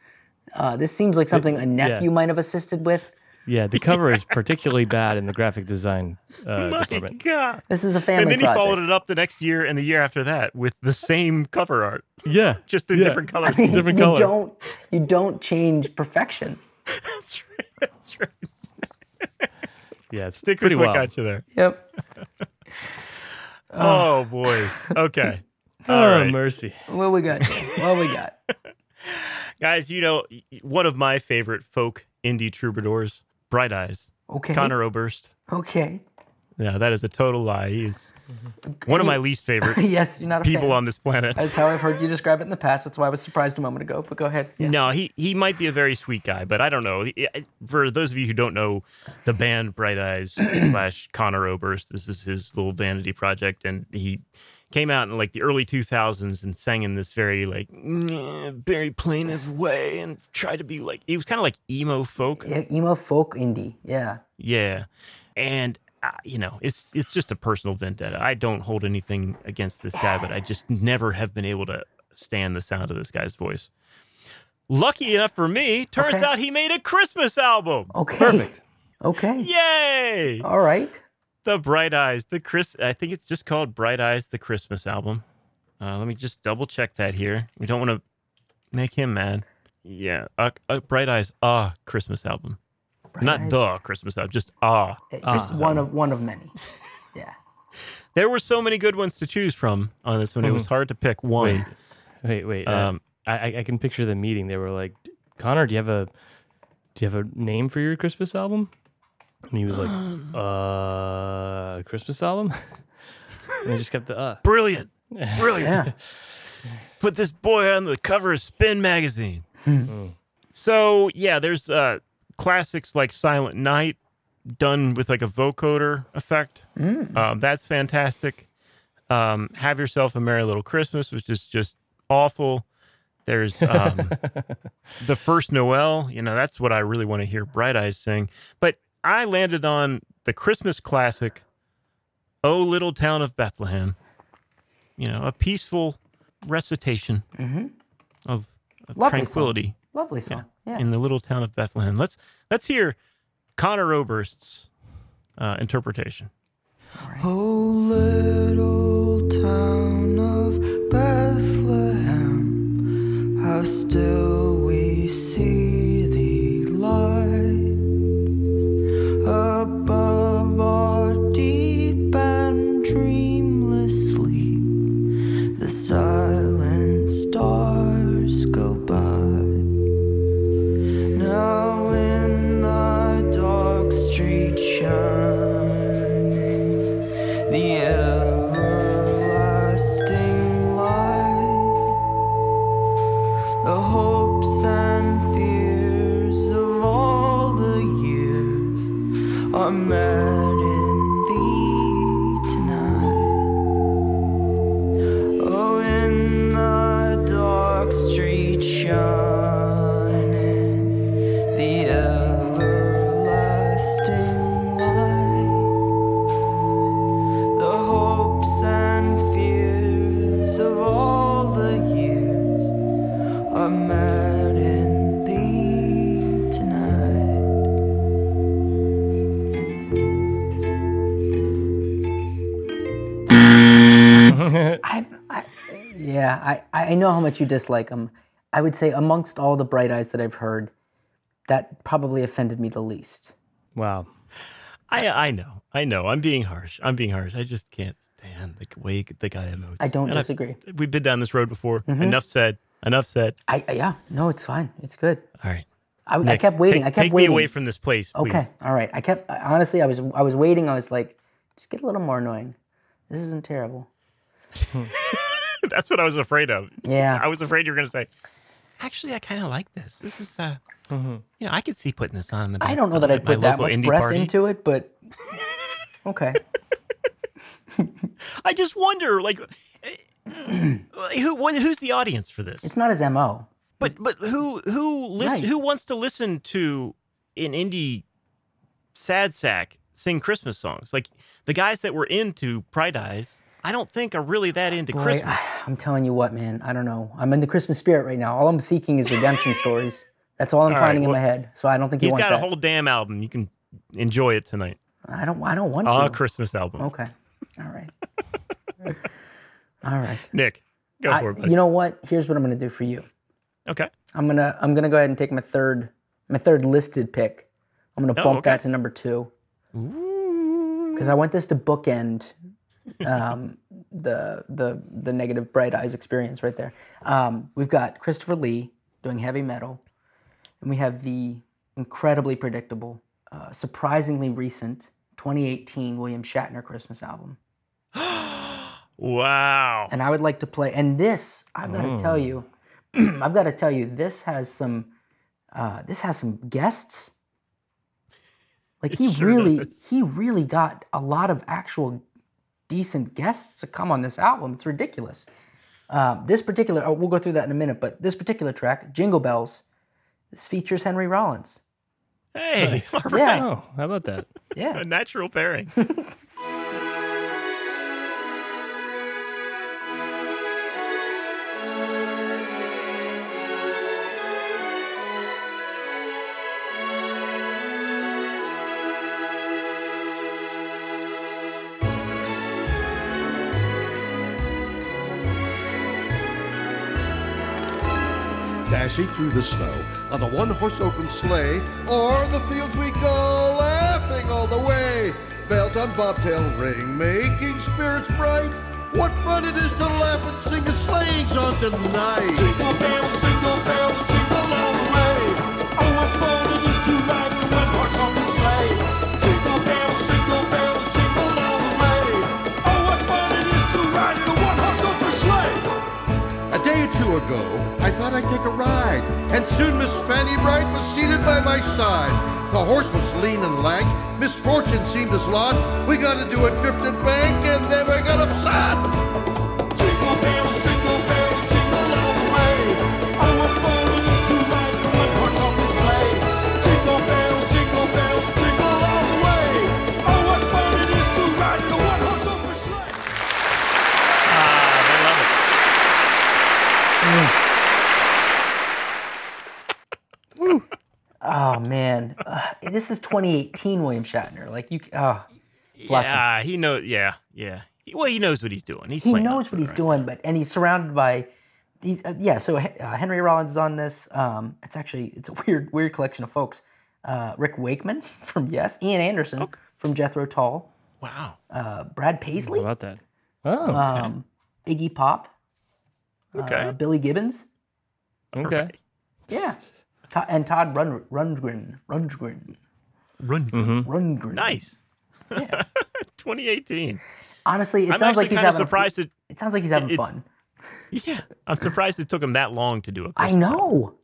Uh, this seems like something a nephew might have assisted with. yeah the cover is particularly bad in the graphic design uh, My department God. This is a family And then he project. followed it up the next year and the year after that with the same cover art, yeah just in yeah. different colors. Different you color. Don't you don't change perfection. That's right. That's right. yeah it's Stick with pretty what wild. got you there. Yep. Oh boy. Okay. All oh right. mercy What we got? Jay? What we got? Guys, you know, y- y- one of my favorite folk indie troubadours, Bright Eyes, Okay. Connor Oberst. Okay. Yeah, that is a total lie. He's one of my least favorite Yes, you're not a people fan. on this planet. That's how I've heard you describe it in the past. That's why I was surprised a moment ago. But go ahead. Yeah. No, he, he might be a very sweet guy, but I don't know. He- I- For those of you who don't know the band Bright Eyes slash Connor Oberst, this is his little vanity project, and he came out in like the early 2000s and sang in this very like very plaintive way and tried to be like he was kind of like emo folk. Yeah, emo folk indie. Yeah. Yeah, and uh, you know, it's it's just a personal vendetta. I don't hold anything against this guy, but I just never have been able to stand the sound of this guy's voice. Lucky enough for me, turns Okay. out he made a Christmas album. Okay. perfect Okay. Yay! All right. The Bright Eyes, the Chris. I think it's just called Bright Eyes, the Christmas album. Uh, let me just double check that here. We don't want to make him mad. Yeah, uh, uh, Bright Eyes, ah, Christmas album. Not Eyes. the Christmas album, just ah. Eh, Just one of one of many. Yeah. There were so many good ones to choose from on this one. It was hard to pick one. Wait, wait. Um, Um, I I I can picture the meeting. They were like, Connor, do you have a do you have a name for your Christmas album? And he was like, uh, Christmas album. and he just kept the uh. Brilliant. Brilliant. Yeah. Put this boy on the cover of Spin magazine. so, yeah, there's uh, classics like Silent Night done with like a vocoder effect. Mm. Um, that's fantastic. Um, Have Yourself a Merry Little Christmas, which is just awful. There's um, the first Noel. You know, that's what I really want to hear Bright Eyes sing. But I landed on the Christmas classic, Oh Little Town of Bethlehem. You know, a peaceful recitation of, of Mm-hmm. Lovely song. tranquility Lovely song. Yeah. in the little town of Bethlehem. Let's let's hear Connor Oberst's uh, interpretation. Oh, little town of Bethlehem, how still we see thee lie above our deep and dreamless sleep, the silent stars. are mad in thee tonight. Oh, in the dark street shining, the everlasting light, the hopes and fears of all the years are mad in thee tonight. I, I, yeah, I, I know how much you dislike them. I would say amongst all the bright eyes that I've heard, that probably offended me the least. Wow. I I know. I know. I'm being harsh. I'm being harsh. I just can't stand the way the guy emotes. I don't And I've- disagree. we've been down this road before. Mhm. Enough said. Enough said. I, I yeah, no, it's fine. It's good. All right. I, I Nick, kept waiting. Take, I kept take waiting. me away from this place, please. Okay, all right. I kept I- honestly. I was I was waiting. I was like, just get a little more annoying. This isn't terrible. That's what I was afraid of. Yeah. I was afraid you were going to say, actually, I kind of like this. This is, uh, you know, I could see putting this on in the I back- don't know that at I'd my put that local much indie breath party." into it, but okay. I just wonder, like, eh, who what, who's the audience for this? It's not his mo. But but who who listen, Right. who wants to listen to an indie sad sack sing Christmas songs? Like the guys that were into Pride Eyes, I don't think are really that into Boy, Christmas. I, am telling you what, man. I don't know. I'm in the Christmas spirit right now. All I'm seeking is redemption stories. That's all I'm All right, finding well, in my head. So I don't think you He's want got that. a whole damn album. You can enjoy it tonight. I don't. I don't want A to. Christmas album. Okay. All right. all right. Nick, go I- for it. bud. you know what? Here's what I'm gonna do for you. okay. I'm gonna I'm gonna go ahead and take my third my third listed pick. I'm gonna Oh, bump okay. that to number two because I want this to bookend um, the the the negative bright eyes experience right there. Um, we've got Christopher Lee doing heavy metal, and we have the incredibly predictable, uh, surprisingly recent 2018 William Shatner Christmas album. Wow. and I would like to play. And this, I've got to tell you, Mm. I've got to tell you, this has some, uh, this has some guests. Like he sure really, does. he really got a lot of actual decent guests to come on this album. It's ridiculous. Um, this particular, oh, we'll go through that in a minute, but this particular track, Jingle Bells, this features Henry Rollins. Hey, Nice. all right. Oh, Yeah, Oh, how about that? yeah. a natural pairing. Dashing through the snow on the one horse open sleigh. O'er the fields we go, laughing all the way. Bells on bobtail ring, making spirits bright. What fun it is to laugh and sing a sleighing song tonight. Jingle bells, jingle bells, jingle all the way. Oh, what fun it is to ride in one horse open sleigh. Jingle bells, jingle bells, jingle all the way. Oh, what fun it is to ride in a one horse open sleigh. A day or two ago, I thought I'd take a ride, and soon Miss Fanny Bright was seated by my side. The horse was lean and lank, misfortune seemed his lot. We got into a drifted bank, and then we got upset. Jingle bells, jingle bells, jingle all the way. Oh, what fun it is to ride in one horse open sleigh. Jingle bells, jingle bells, jingle all the way. Oh, what fun it is to ride in a one horse open sleigh. Ah, Oh man, Ugh, this is 2018 William Shatner. Like you, oh, they love it. Bless him. yeah, he knows. Yeah, yeah. He- well, he knows what he's doing. He's he playing up knows to what it, he's right? doing, but and he's surrounded by these. Uh, yeah, so He- uh, Henry Rollins is on this. Um, it's actually it's a weird weird collection of folks. Uh, Rick Wakeman from Yes, Ian Anderson from Jethro Tull, Wow. uh, Brad Paisley, How about that? Oh, um, Iggy Pop, Okay. uh, Billy Gibbons, okay. yeah, To- and Todd Rund- Rundgren, Rundgren, Run. Mm-hmm. Rundgren. Nice. 2018. Honestly, it I'm sounds actually like he's kind of having. surprised it. It sounds like he's having it- fun. Yeah, I'm surprised it took him that long to do it. I know.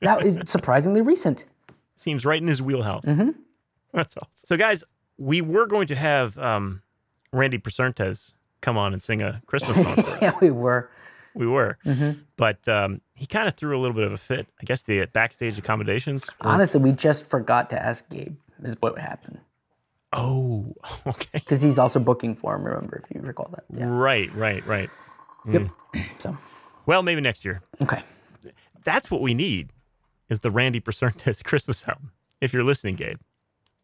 that is surprisingly recent. Mm-hmm. Seems right in his wheelhouse. That's awesome. So, guys, we were going to have um, Randy Presentes come on and sing a Christmas song. for us. yeah, we were. We were, Mm-hmm. but um, he kind of threw a little bit of a fit. I guess the backstage accommodations. were- Honestly, we just forgot to ask Gabe. Is what happened oh, okay. because he's also booking for him. Remember, if you recall that. Yeah. Right, right, right. So Well, maybe next year. okay. That's what we need. Is the Randy Presentes Christmas album? If you're listening, Gabe.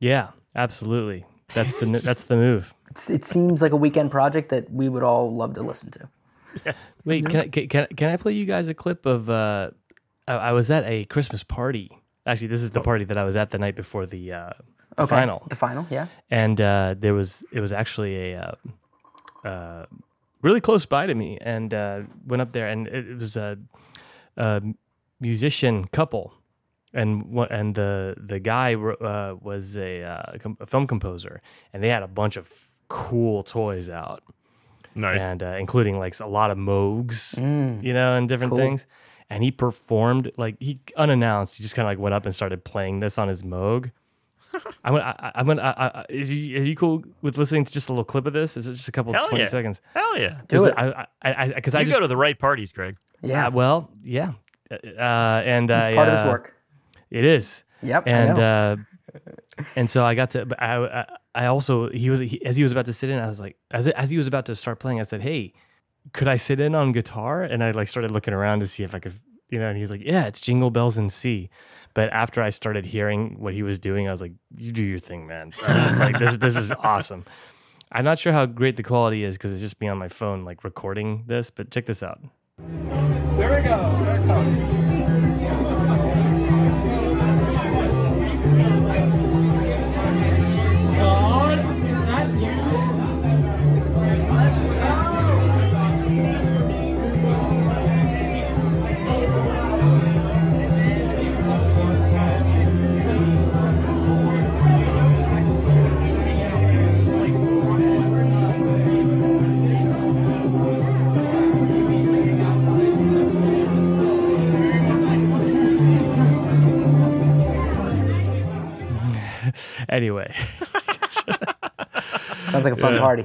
Yeah, absolutely. That's the that's the move. It's, it seems like a weekend project that we would all love to listen to. Wait, can I can, can I- can I play you guys a clip of? Uh, I, I was at a Christmas party. Actually, this is the party that I was at the night before the, uh, the Okay. final, The final. Yeah. and uh, there was it was actually a uh, uh, really close by to me, and uh, went up there, and it, it was a, a musician couple, and one- and the the guy wro- uh, was a, uh, com- a film composer, and they had a bunch of cool toys out Nice. and uh, including like a lot of moogs, you know, and different things. And he performed like he unannounced. He just kind of like went up and started playing this on his moog. I'm gonna, I, I'm gonna, I, I, is you, are you cool with listening to just a little clip of this? Is it just a couple Hell twenty yeah. seconds? Hell yeah. Do 'Cause it. I, I, I, because I, You just, go to the right parties, Greg. yeah. uh, well, yeah, uh, and it's I, part of his uh, work. It is. Yep, I And know. uh, and so I got to. But I, I I also he was he, as he was about to sit in. I was like as as he was about to start playing. I said, "Hey, could I sit in on guitar?" And I like started looking around to see if I could, you know. And he was like, "Yeah, it's Jingle Bells in C." But after I started hearing what he was doing, I was like, "You do your thing, man. Uh, like this this is awesome." I'm not sure how great the quality is because it's just me on my phone like recording this. But check this out. Anyway, uh, Sounds like a fun party.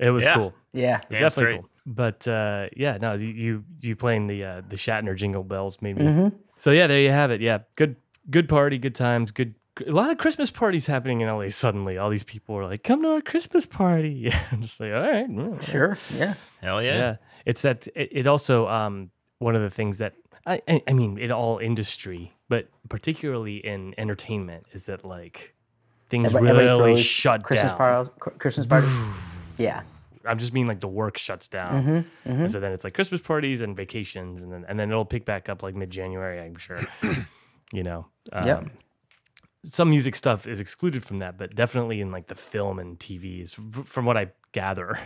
it was Yeah. cool. Yeah. Yeah, it's definitely great. cool. But uh, yeah, no, you- you you playing the uh, the Shatner Jingle Bells made me. Mm-hmm. So yeah, there you have it. Yeah, good good party, good times, good. A lot of Christmas parties happening in LA suddenly. All these people are like, "Come to our Christmas party." I'm just like, "All right, well, Sure. Yeah. Hell yeah. yeah." It's that it, it also um one of the things that I I, I mean in all industry, but particularly in entertainment, is that like things Every- everybody really throws shut Christmas down. parties. Christmas parties. yeah. I'm just mean like the work shuts down, and so then it's like Christmas parties and vacations, and then and then it'll pick back up like mid January, I'm sure. you know, um, Yep. some music stuff is excluded from that, but definitely in like the film and TV is f- from what I gather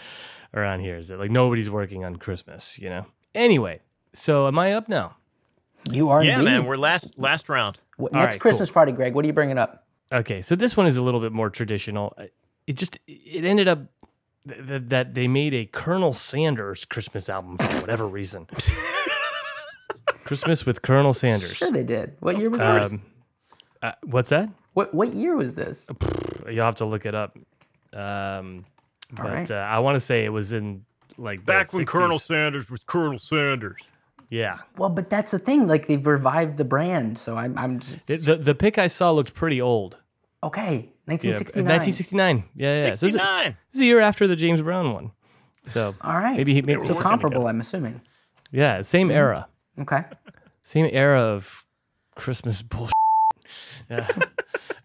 around here is that like nobody's working on Christmas, you know. Anyway, so am I up now? You are. Yeah, indeed. man. We're last last round. What- All Next right, cool. Christmas party, Greg. What are you bringing up? Okay, so this one is a little bit more traditional. I- It just it ended up th- th- that they made a Colonel Sanders Christmas album for whatever reason. Christmas with Colonel Sanders. Sure, they did. What year was this? Um, uh, what's that? What What year was this? You'll have to look it up. Um, but right. uh, I want to say it was in like the Back when Colonel 60s. Sanders was Colonel Sanders. Yeah, Well, but that's the thing. Like they've revived the brand, so I'm. I'm just, the, the the pic I saw looked pretty old. okay. Yeah, 1969. 1969. Yeah, yeah. So this is- 69. this is a year after the James Brown one. So All right. maybe he maybe, so comparable, I'm assuming. yeah, same era. Okay. same era of Christmas bullshit. Yeah.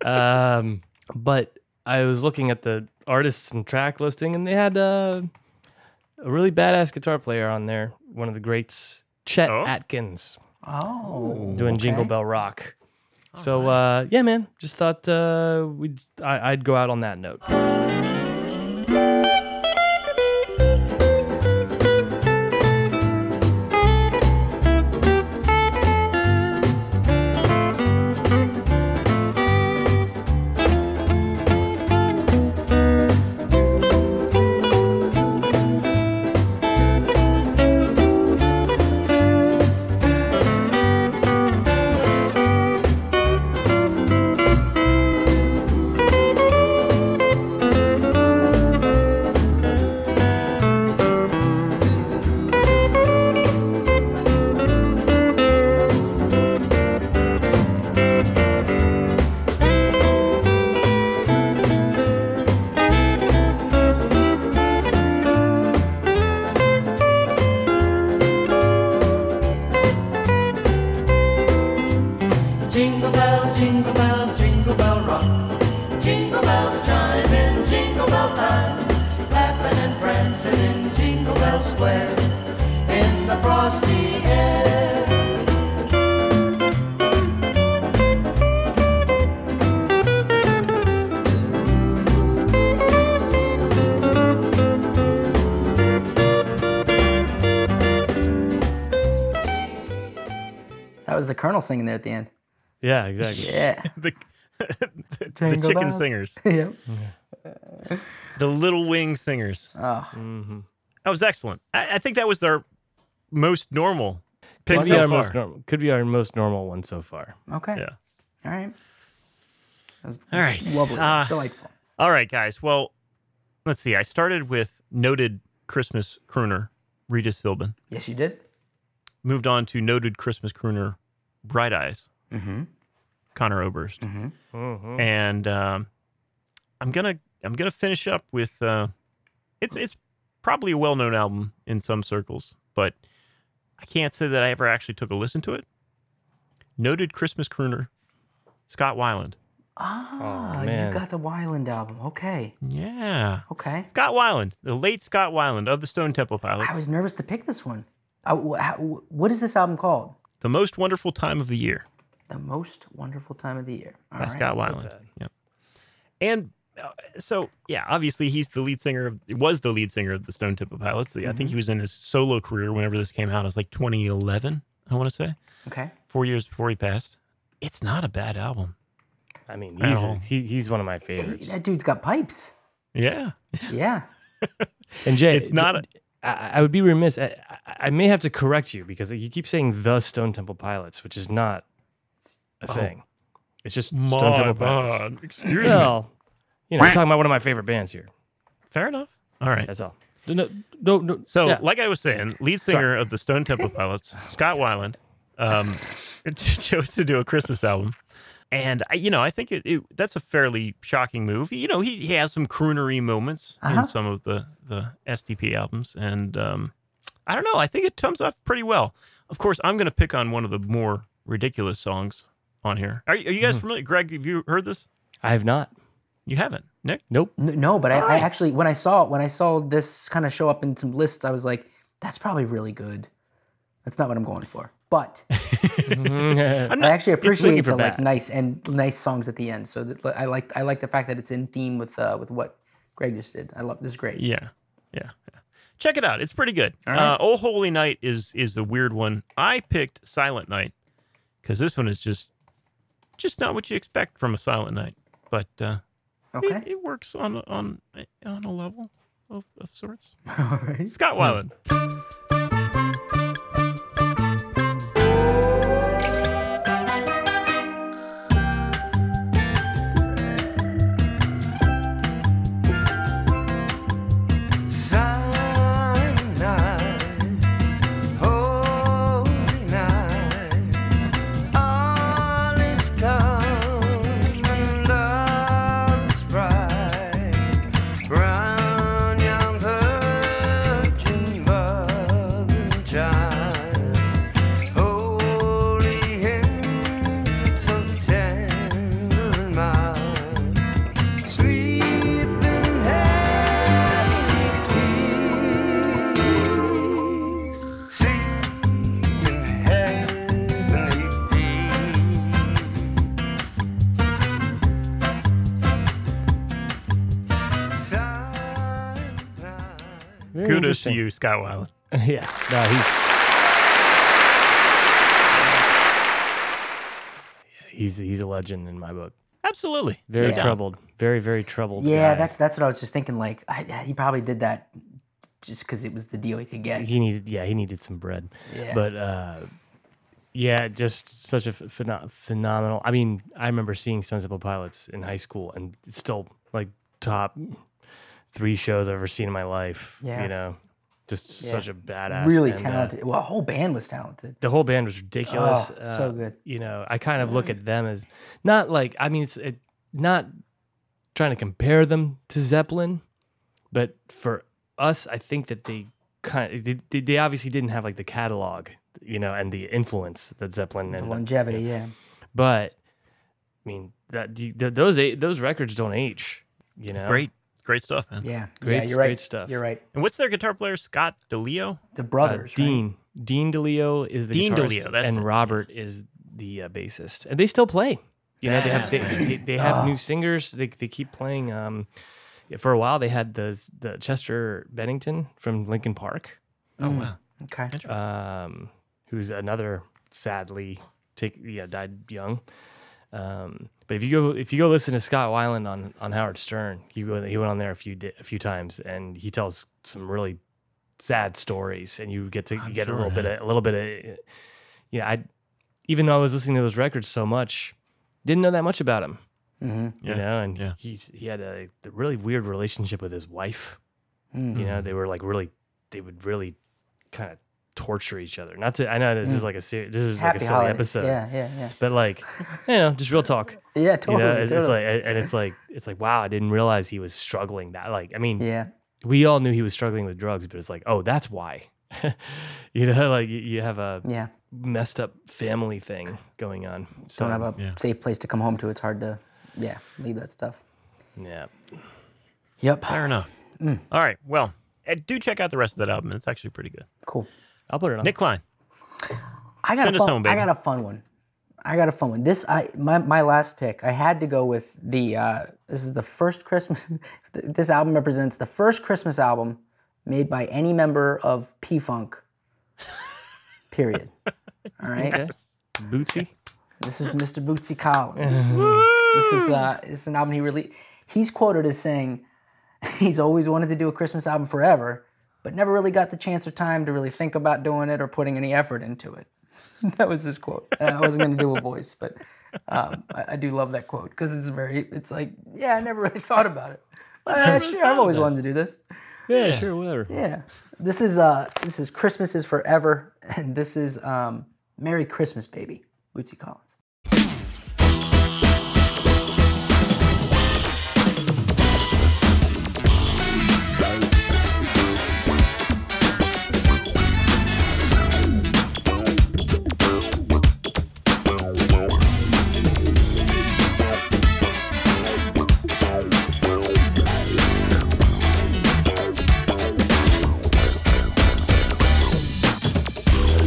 um, but I was looking at the artists and track listing, and they had uh, a really badass guitar player on there, one of the greats, Chet Oh. Atkins, Oh. doing Jingle okay. Bell Rock. so uh, yeah, man, just thought uh, we'd I, I'd go out on that note. Ooh, Jingle bell, jingle bell, jingle bell rock. Jingle bells chime in jingle bell time. Laughing and prancing in Jingle Bell Square in the frosty air. That was the Colonel singing there at the end. Yeah, exactly. Yeah. the, the Jingle chicken bells. singers. yep. The Little Wing Singers. Oh. Mm-hmm. That was excellent. I, I think that was their most normal pick Could be so our far. most normal. Could be our most normal one so far. Okay. Yeah. All right. That was All right. Lovely. Uh, Delightful. All right, guys. Well, let's see. I started with noted Christmas crooner Regis Philbin. Yes, you did. Moved on to noted Christmas crooner Bright Eyes Mm-hmm. Connor Oberst, Mm-hmm. and um, I'm gonna I'm gonna finish up with uh, it's it's probably a well known album in some circles, but I can't say that I ever actually took a listen to it. Noted Christmas crooner Scott Weiland. Oh, Ah, man. you got the Wyland album. Okay. Yeah. Okay. Scott Weiland, the late Scott Weiland of the Stone Temple Pilots. I was nervous to pick this one. I, wh- how, wh- what is this album called? the most wonderful time of the year The most wonderful time of the year. All by right. Scott Weiland. Yep. And uh, so, yeah, obviously he's the lead singer. Of, was the lead singer of the Stone Temple Pilots. I Mm-hmm. think he was in his solo career whenever this came out. It was like 2011, I want to say, Okay. four years before he passed. It's not a bad album. I mean, At he's all. he, he's one of my Hey, favorites. that dude's got pipes. Yeah. Yeah. And Jay, It's not a- I- I I would be remiss. I, I- I may have to correct you because you keep saying the Stone Temple Pilots, which is not Oh. a thing. It's just Stone Temple Pilots. Excuse me. Well, you know, I'm talking about one of my favorite bands here. Fair enough. All right. That's all. No, no, no. So, yeah. like I was saying, lead singer of the Stone Temple Pilots, Scott Weiland, um, chose to do a Christmas album, and I, you know, I think it, it, that's a fairly shocking move. You know, he, he has some croonery moments in some of the the SDP albums, and um, I don't know. I think it comes off pretty well. Of course, I'm going to pick on one of the more ridiculous songs on here. Are, you- are you guys familiar? Greg, have you heard this? I have not. You haven't, Nick? Nope. N- No, but I, I actually when I saw when I saw this kind of show up in some lists, I was like, that's probably really good. That's not what I'm going for. But yeah, I actually appreciate for the like bad. nice and nice songs at the end. So that, I like I like the fact that it's in theme with uh, with what Greg just did. I love this is great. Yeah, yeah. yeah. Check it out. It's pretty good. Uh, oh Holy Night is is the weird one. I picked Silent Night because this one is just just not what you expect from a Silent Night, but uh, Okay. it, it works on on on a level of, of sorts. All right. Hmm. Scott Weiland. Silent night, holy night, all is calm and love's bright. Brown young virgin, mother and child, holy hands of tender mind, sweet and Very Kudos to interesting. you, Scott Weiland. yeah. No, he's. He's, he's a legend in my book. Absolutely. Very Yeah. troubled. Very, very troubled. Yeah, guy. that's that's what I was just thinking. Like I, he probably did that just because it was the deal he could get. he needed yeah he needed some bread Yeah. but uh yeah just such a ph- pheno- phenomenal i mean i remember seeing stone temple pilots in high school and it's still like top three shows i've ever seen in my life Yeah. you know just such a badass really and, uh, talented. well, the whole band was talented. the whole band was ridiculous Uh, Oh, so good. you know i kind of look at them as not like i mean it's it, not trying to compare them to zeppelin but for us i think that they kind of they, they obviously didn't have like the catalog you know and the influence that zeppelin The and longevity, yeah. but I mean, that th- those a- those records don't age. You know, Great, great stuff, man. Yeah, Great- yeah, you're right. great stuff. You're right. And what's their guitar player? Scott DeLeo. The Uh, brothers, right? Dean Dean DeLeo is the Dean guitarist, DeLeo, that's and it. Robert is the uh, bassist, and they still play. You know, they have they, they, they have Ah. new singers. They they keep playing. Um, for a while they had the the Chester Bennington from Lincoln Park, Oh Hmm. wow. Okay. um, who's another sadly take yeah died young. Um, but if you go if you go listen to Scott Weiland on on Howard Stern, he go, he went on there a few di- a few times, and he tells some really sad stories, and you get to I'm get sure, a little bit of, a little bit of you know I even though I was listening to those records so much, didn't know that much about him, you Yeah, know, and yeah. he's he had a really weird relationship with his wife. Hmm. You know, they were like really they would really kind of torture each other. Not to I know this is like a serious this is like a Hmm. Happy silly holidays. episode. Yeah, yeah, yeah. But like, you know, just real talk. Yeah, totally. you know, it's, totally. it's like, and it's like, it's like, wow, I didn't realize he was struggling that. Like, I mean, yeah, we all knew he was struggling with drugs, but it's like, oh, that's why. you know, like you, you have a yeah. messed up family thing going on. So, Don't have a yeah. safe place to come home to. It's hard to, yeah, leave that stuff. yeah. Yep. Fair enough. Hmm. All right. Well, eh, do check out the rest of that album. It's actually pretty good. Cool. I'll put it on. Nick Klein. I got Send a us fun, home, I baby. got a fun one. I got a fun one. This I my, my last pick. I had to go with the. Uh, this is the first Christmas. this album represents the first Christmas album made by any member of P Funk. Period. All right. Okay. Bootsy. This is Mr. Bootsy Collins. this is uh, this is an album he really. He's quoted as saying, he's always wanted to do a Christmas album forever, but never really got the chance or time to really think about doing it or putting any effort into it. that was his quote. And I wasn't going to do a voice, but um, I, I do love that quote because it's very. It's like, yeah, I never really thought about it. Uh, sure, I've always wanted to do this. Yeah, sure, whatever. Yeah. This is uh this is Christmas is forever, and this is um Merry Christmas, baby, Bootsy Collins.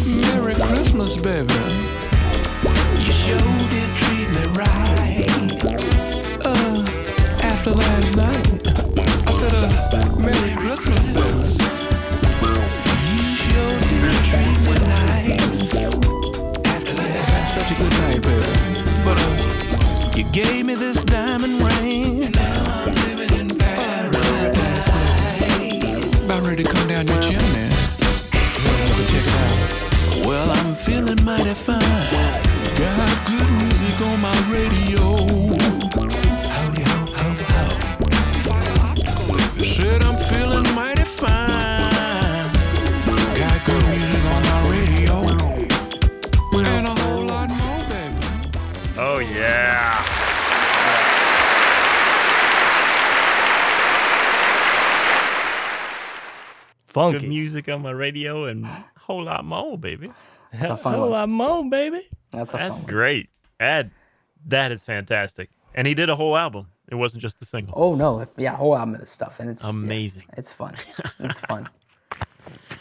Merry Christmas, baby. You sure did treat me right. Uh, after last night, I said, uh, Merry Christmas, baby. You sure did treat me nice. After last night, such a good night, baby. But, uh, you gave me this diamond ring. And now I'm living in paradise. About ready to come down your chimney. Well, check it out. Well, I'm feeling mighty fine. Got good music on my radio. Howdy ho ho ho. Said I'm feeling mighty fine. Got good music on my radio. And a whole lot more, baby. Oh yeah. Good Funky. music on my radio and a whole lot more, baby. That's a fun Oh, one. I'm on, baby. That's a That's fun one. great. That that is fantastic. And he did a whole album. It wasn't just the single. Oh no, it- yeah, whole album of this stuff, and it's Oh, yeah, Amazing. it's fun. It's fun.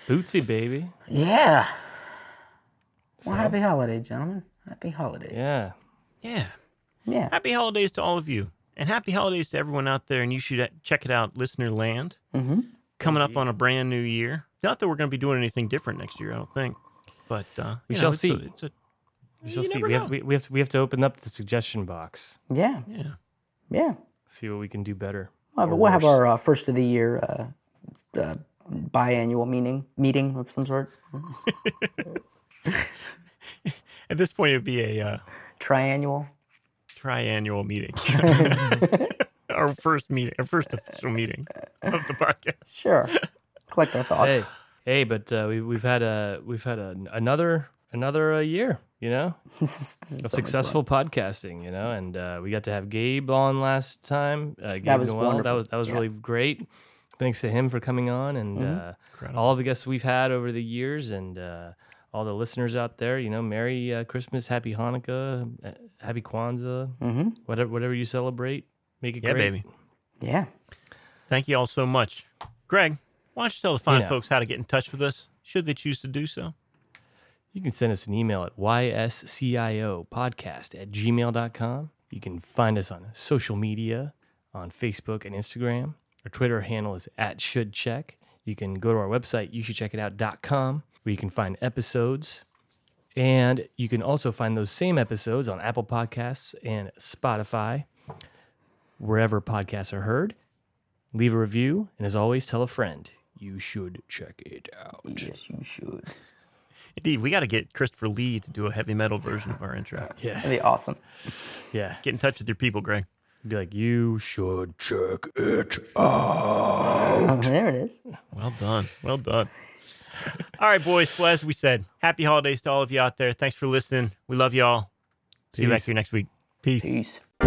Bootsy, baby. yeah. Well, happy holiday, gentlemen. Happy holidays. Yeah. Yeah. Yeah. Happy holidays to all of you, and happy holidays to everyone out there. And you should uh, check it out, Listener Land. Mm-hmm. Coming up on a brand new year. Not that we're going to be doing anything different next year, I don't think. But uh, We you shall it's a- see. it's a We shall You see. never We have, know. we, we have to we have to open up the suggestion box. Yeah. yeah. Yeah. See what we can do better. We'll have, or we'll have worse. our uh, first of the year uh, uh, biannual meeting meeting of some sort. At this point, it would be a uh, Triannual. triannual meeting. our first meeting, our first official meeting of the podcast. Sure. Collect our hey, thoughts. hey, but uh, we we've had a we've had a, another another uh, year, you know, This is, this is of so much fun. successful podcasting, you know, and uh, we got to have Gabe on last time. Uh, Gabe was Noel. That wonderful. was that was Yeah. Mm-hmm. really great. Thanks to him for coming on and uh, all the guests we've had over the years and uh, all the listeners out there. You know, Merry uh, Christmas, Happy Hanukkah, uh, Happy Kwanzaa, Mm-hmm. Mhm. whatever whatever you celebrate. Make it Yeah, great. baby. Yeah. Thank you all so much. Greg, why don't you tell the fine You know. folks how to get in touch with us, should they choose to do so? You can send us an email at ysciopodcast at gmail.com. You can find us on social media on Facebook and Instagram. Our Twitter handle is at shouldcheck. You can go to our website, you should check it out.com, where you can find episodes. And you can also find those same episodes on Apple Podcasts and Spotify, wherever podcasts are heard. Leave a review, and as always, tell a friend. You should check it out. Yes, you should. Indeed, we got to get Christopher Lee to do a heavy metal version of our intro. Yeah. That'd be awesome. Yeah. Get in touch with your people, Greg. Be like, you should check it Oh, out. there it is. Well done. Well done. all right, boys. Well, as we said, happy holidays to all of you out there. Thanks for listening. We love you all. See you back Peace. here next week. Peace. Peace.